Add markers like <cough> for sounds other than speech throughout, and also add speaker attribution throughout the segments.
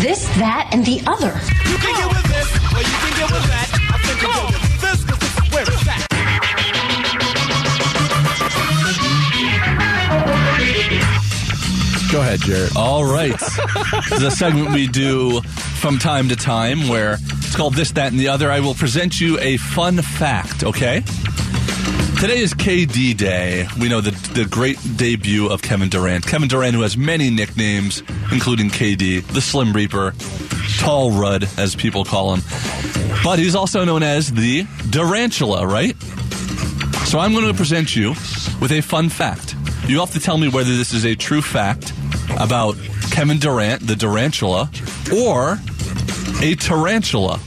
Speaker 1: This, that, and the other.
Speaker 2: You can get with this, or you can get with that. I think you get with this, 'cause this is where it's at.
Speaker 3: Go ahead, Jared.
Speaker 4: All right. This is a segment we do from time to time where it's called This, That, and the Other. I will present you a fun fact, okay? Today is KD Day. We know the, the great debut of Kevin Durant. Kevin Durant, who has many nicknames, including KD, the Slim Reaper, Tall Rudd, as people call him. But he's also known as the Durantula, right? So I'm going to present you with a fun fact. You have to tell me whether this is a true fact about Kevin Durant, the Durantula, or a tarantula,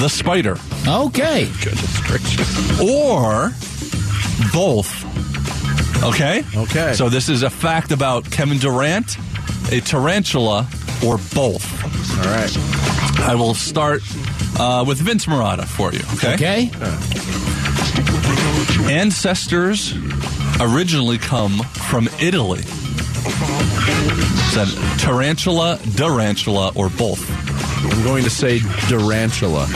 Speaker 4: the spider,
Speaker 3: Okay.
Speaker 4: or both. Okay?
Speaker 3: Okay.
Speaker 4: So this is a fact about Kevin Durant, a tarantula, or both.
Speaker 3: All right.
Speaker 4: I will start uh, with Vince Murata for you.
Speaker 3: Okay.
Speaker 4: ancestors originally come from Italy. Is that tarantula, durantula, or both?
Speaker 3: I'm going to say Durantula.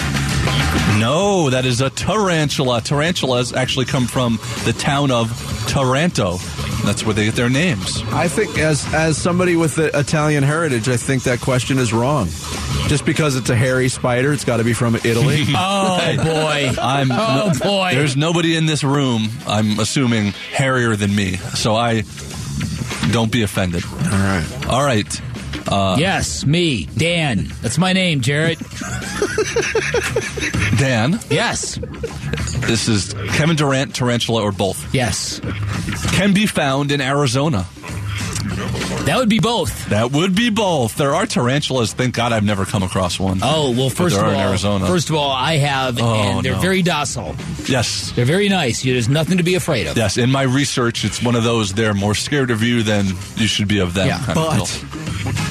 Speaker 4: No, that is a tarantula. Tarantulas actually come from the town of Taranto. That's where they get their names.
Speaker 3: I think, as as somebody with the Italian heritage, I think that question is wrong. Just because it's a hairy spider, it's got to be from Italy.
Speaker 4: Hey,
Speaker 5: Oh, boy.
Speaker 4: I'm
Speaker 5: Oh, boy.
Speaker 4: There's nobody in this room, I'm assuming, hairier than me. So I don't be offended.
Speaker 3: All right.
Speaker 4: All right.
Speaker 5: Uh. yes, me, Dan. That's my name, Jared.
Speaker 4: Dan,
Speaker 5: Yes,
Speaker 4: this is Kevin Durant, tarantula, or both.
Speaker 5: yes.
Speaker 4: can be found in Arizona.
Speaker 5: That would be both.
Speaker 4: That would be both. There are tarantulas. Thank God I've never come across one.
Speaker 5: Oh well, first of
Speaker 4: there are
Speaker 5: all,
Speaker 4: in Arizona. Oh,
Speaker 5: first of all, I have, and they're
Speaker 4: no.
Speaker 5: very docile.
Speaker 4: Yes.
Speaker 5: They're very nice. There's nothing to be afraid of.
Speaker 4: Yes. In my research, it's one of those they're more scared of you than you should be of them.
Speaker 5: Yeah.
Speaker 4: kind of
Speaker 3: But-
Speaker 4: deal.
Speaker 5: <laughs>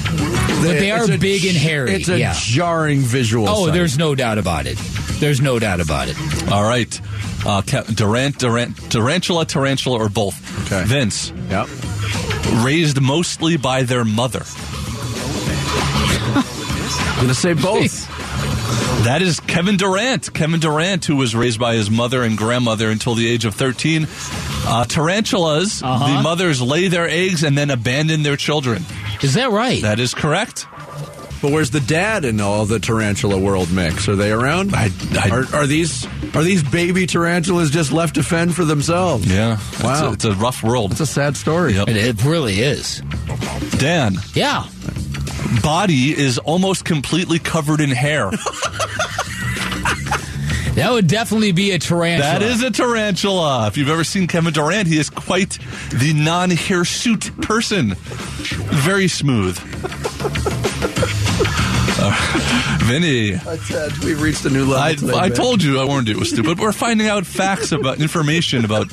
Speaker 5: But they are
Speaker 3: It's a
Speaker 5: big and hairy.
Speaker 3: It's a
Speaker 5: yeah.
Speaker 3: jarring visual.
Speaker 5: Oh,
Speaker 3: sight.
Speaker 5: there's no doubt about it. There's no doubt about it.
Speaker 4: All right. Uh, Ca- Durant, Durant, tarantula, tarantula, or both.
Speaker 3: Okay.
Speaker 4: Vince,
Speaker 3: Yep.
Speaker 4: raised mostly by their mother.
Speaker 3: I'm going to
Speaker 5: <laughs>
Speaker 3: say both.
Speaker 4: That is Kevin Durant. Kevin Durant, who was raised by his mother and grandmother until the age of 13. Uh, tarantulas, the mothers lay their eggs and then abandon their children.
Speaker 5: Is that right?
Speaker 4: That is correct.
Speaker 3: But where's the dad in all the tarantula world mix? Are they around?
Speaker 4: I- I-
Speaker 3: are, are these are these baby tarantulas just left to fend for themselves?
Speaker 4: Yeah.
Speaker 3: Wow.
Speaker 4: It's a, it's a rough world.
Speaker 3: That's a sad story.
Speaker 4: Yep.
Speaker 5: it, it really is.
Speaker 4: Dan,
Speaker 5: Yeah.
Speaker 4: body is almost completely covered in hair.
Speaker 5: That would definitely be a tarantula.
Speaker 4: that is a tarantula. If you've ever seen Kevin Durant, he is quite the non hirsute person. Very smooth. <laughs> Uh, Vinny,
Speaker 3: That's sad. We've reached a new level.
Speaker 4: I,
Speaker 3: today,
Speaker 4: I
Speaker 3: man.
Speaker 4: told you, I warned you it was stupid. We're finding out facts about information about.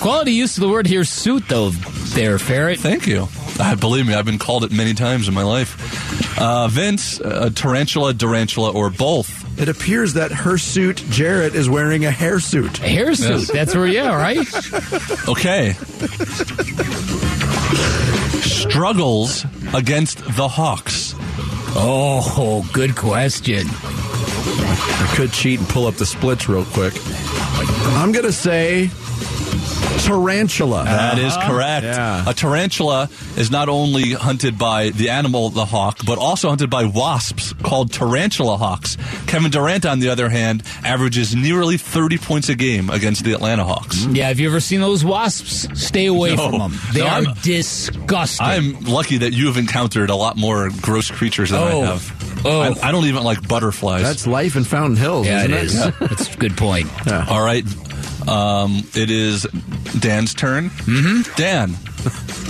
Speaker 5: Quality use of the word here suit though there, ferret.
Speaker 4: Thank you. I, believe me, I've been called it many times in my life. Uh, Vince, a tarantula, durantula, or both.
Speaker 3: It appears that her suit, Jarrett, is wearing a hairsuit.
Speaker 5: A hair suit. That's where yeah, right?
Speaker 4: Okay. Struggles against the Hawks.
Speaker 5: Oh, good question.
Speaker 3: I could cheat and pull up the splits real quick. I'm going to say tarantula.
Speaker 4: That is
Speaker 5: Uh-huh.
Speaker 4: correct.
Speaker 3: Yeah.
Speaker 4: A tarantula is not only hunted by the animal, the hawk, but also hunted by wasps called tarantula hawks. Kevin Durant, on the other hand, averages nearly 30 points a game against the Atlanta Hawks.
Speaker 5: Yeah, have you ever seen those wasps? Stay away
Speaker 4: No.
Speaker 5: from them. They
Speaker 4: No,
Speaker 5: are
Speaker 4: I'm-
Speaker 5: disgusting.
Speaker 4: I'm lucky that you have encountered a lot more gross creatures than
Speaker 5: Oh.
Speaker 4: I have.
Speaker 5: Oh.
Speaker 4: I, I don't even like butterflies.
Speaker 3: That's life in Fountain Hills,
Speaker 5: yeah,
Speaker 3: isn't
Speaker 5: it is.
Speaker 3: it?
Speaker 5: That's a good point.
Speaker 4: All right. Um, it is Dan's turn. Mm-hmm. Dan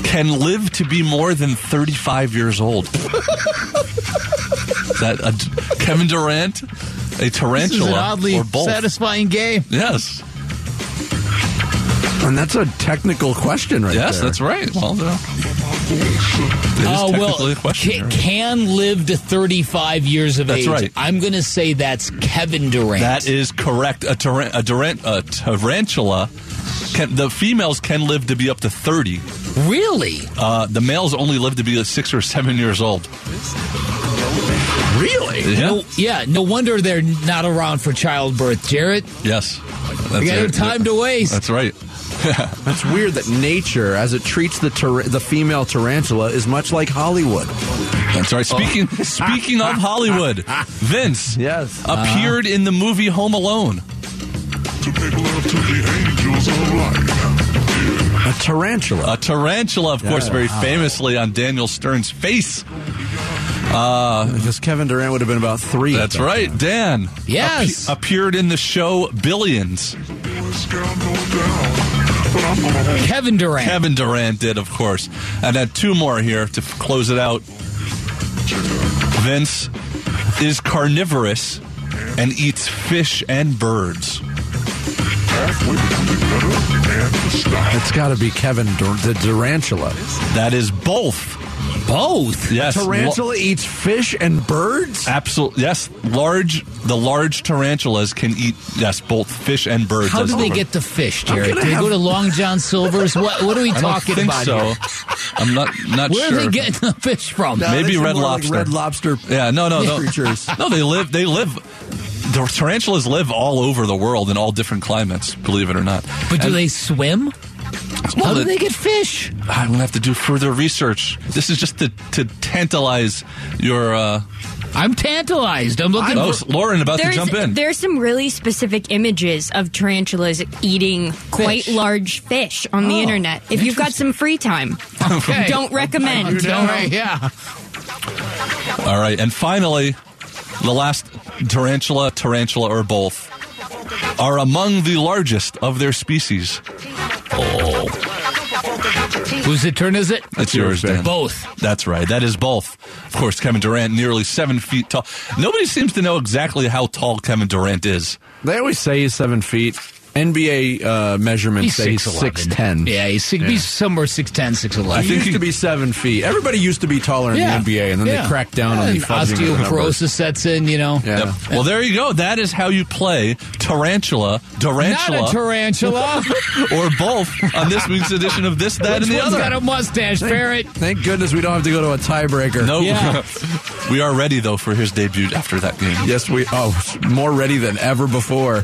Speaker 4: can live to be more than 35 years
Speaker 5: <laughs>
Speaker 4: old. that a, Kevin Durant, a tarantula, or both?
Speaker 5: satisfying game.
Speaker 4: yes.
Speaker 3: And that's a technical question right
Speaker 4: Yes,
Speaker 3: there.
Speaker 4: that's right. Well, no. It is
Speaker 5: Oh
Speaker 4: technically
Speaker 5: well,
Speaker 4: a question.
Speaker 5: ca-
Speaker 4: You're right.
Speaker 5: can live to 35 years of
Speaker 4: That's
Speaker 5: age.
Speaker 4: right.
Speaker 5: I'm going to say that's Kevin Durant.
Speaker 4: That is correct. A, taran- a, durant- a tarantula, can, the females can live to be up to 30.
Speaker 5: really
Speaker 4: Uh, the males only live to be six or seven years old.
Speaker 1: Really?
Speaker 4: Yeah.
Speaker 5: No, yeah, no wonder they're not around for childbirth, Jarrett.
Speaker 4: Yes. That's
Speaker 5: You got no
Speaker 4: it.
Speaker 5: time to waste.
Speaker 4: That's right.
Speaker 3: That's weird that nature, as it treats the tar- the female tarantula, is much like Hollywood.
Speaker 4: That's right. Speaking speaking of Hollywood, Vince
Speaker 3: Yes.
Speaker 4: appeared in the movie Home Alone.
Speaker 6: To make love to the angels of light.
Speaker 3: A tarantula.
Speaker 4: A tarantula, of course,
Speaker 3: Yeah.
Speaker 4: very famously on Daniel Stern's face.
Speaker 3: Because Kevin Durant would have been about three.
Speaker 4: That's right, Dan.
Speaker 5: Yes.
Speaker 4: appe- appeared in the show Billions.
Speaker 6: Boys got no down, but I'm gonna hold
Speaker 5: Kevin Durant.
Speaker 4: Kevin Durant did, of course. And had two more here to f- close it out. Vince is carnivorous and eats fish and birds.
Speaker 3: It's got to be Kevin Dur- the tarantula.
Speaker 4: That is both.
Speaker 5: Both.
Speaker 4: Yes.
Speaker 3: Tarantula eats fish and birds.
Speaker 4: Absolutely. Yes. Large. The large tarantulas can eat. Yes, both fish and birds.
Speaker 5: How do
Speaker 4: as
Speaker 5: they
Speaker 4: well.
Speaker 5: get the fish, Jarrett?
Speaker 3: gonna
Speaker 5: Do they
Speaker 3: have-
Speaker 5: go to Long John Silver's? What What are we
Speaker 4: I don't
Speaker 5: talking
Speaker 4: think
Speaker 5: about
Speaker 4: so.
Speaker 5: here?
Speaker 4: I'm not not
Speaker 5: Where
Speaker 4: sure.
Speaker 5: are they getting the fish from?
Speaker 3: No,
Speaker 4: Maybe
Speaker 3: these are
Speaker 4: Red
Speaker 3: more
Speaker 4: Lobster.
Speaker 3: Like red lobster.
Speaker 4: yeah. No. No. No.
Speaker 3: Creatures.
Speaker 4: No. They live. They live. The tarantulas live all over the world in all different climates. Believe it or not.
Speaker 5: But do they swim? How do
Speaker 4: the-
Speaker 5: they get fish?
Speaker 4: I'm gonna have to do further research. This is just to to tantalize your. Uh,
Speaker 5: I'm tantalized. I'm looking
Speaker 4: oh,
Speaker 5: for.
Speaker 4: Lauren about to
Speaker 7: There's,
Speaker 4: jump in.
Speaker 7: there's some really specific images of tarantulas eating quite large fish on the
Speaker 5: Oh,
Speaker 7: internet. If you've got some free time,
Speaker 5: Okay.
Speaker 7: don't recommend.
Speaker 5: Don't worry, yeah.
Speaker 4: All right, and finally, the last tarantula, tarantula, or both are among the largest of their species. Oh,
Speaker 5: Whose turn is it?
Speaker 4: That's yours, Dan.
Speaker 5: Both.
Speaker 4: That's right. That is both. Of course, Kevin Durant, nearly seven feet tall. Nobody seems to know exactly how tall Kevin Durant is.
Speaker 3: They always say he's seven feet. NBA uh, measurements
Speaker 5: He's
Speaker 3: say he's
Speaker 5: 6'11".
Speaker 3: six ten.
Speaker 5: Yeah, he's, six, he's somewhere 6'10", 6'11".
Speaker 3: He used to be seven feet. Everybody used to be taller in
Speaker 5: Yeah.
Speaker 3: the NBA, and then
Speaker 5: Yeah.
Speaker 3: they cracked down on
Speaker 5: And
Speaker 3: the fudging of the numbers.
Speaker 5: Osteoporosis sets in, you know.
Speaker 3: Yeah.
Speaker 4: Yep. Well, there you go. That is how you play tarantula, tarantula,
Speaker 5: Not a tarantula.
Speaker 3: <laughs>
Speaker 4: or both on this week's edition of this, that,
Speaker 5: Which
Speaker 4: and the
Speaker 5: one's
Speaker 4: other.
Speaker 5: got a mustache, Barrett?
Speaker 3: Thank goodness we don't have to go to a tiebreaker.
Speaker 4: no, <laughs>
Speaker 5: Yeah.
Speaker 4: we are ready though for his debut after that game.
Speaker 3: Yes, we. Oh, more ready than ever before.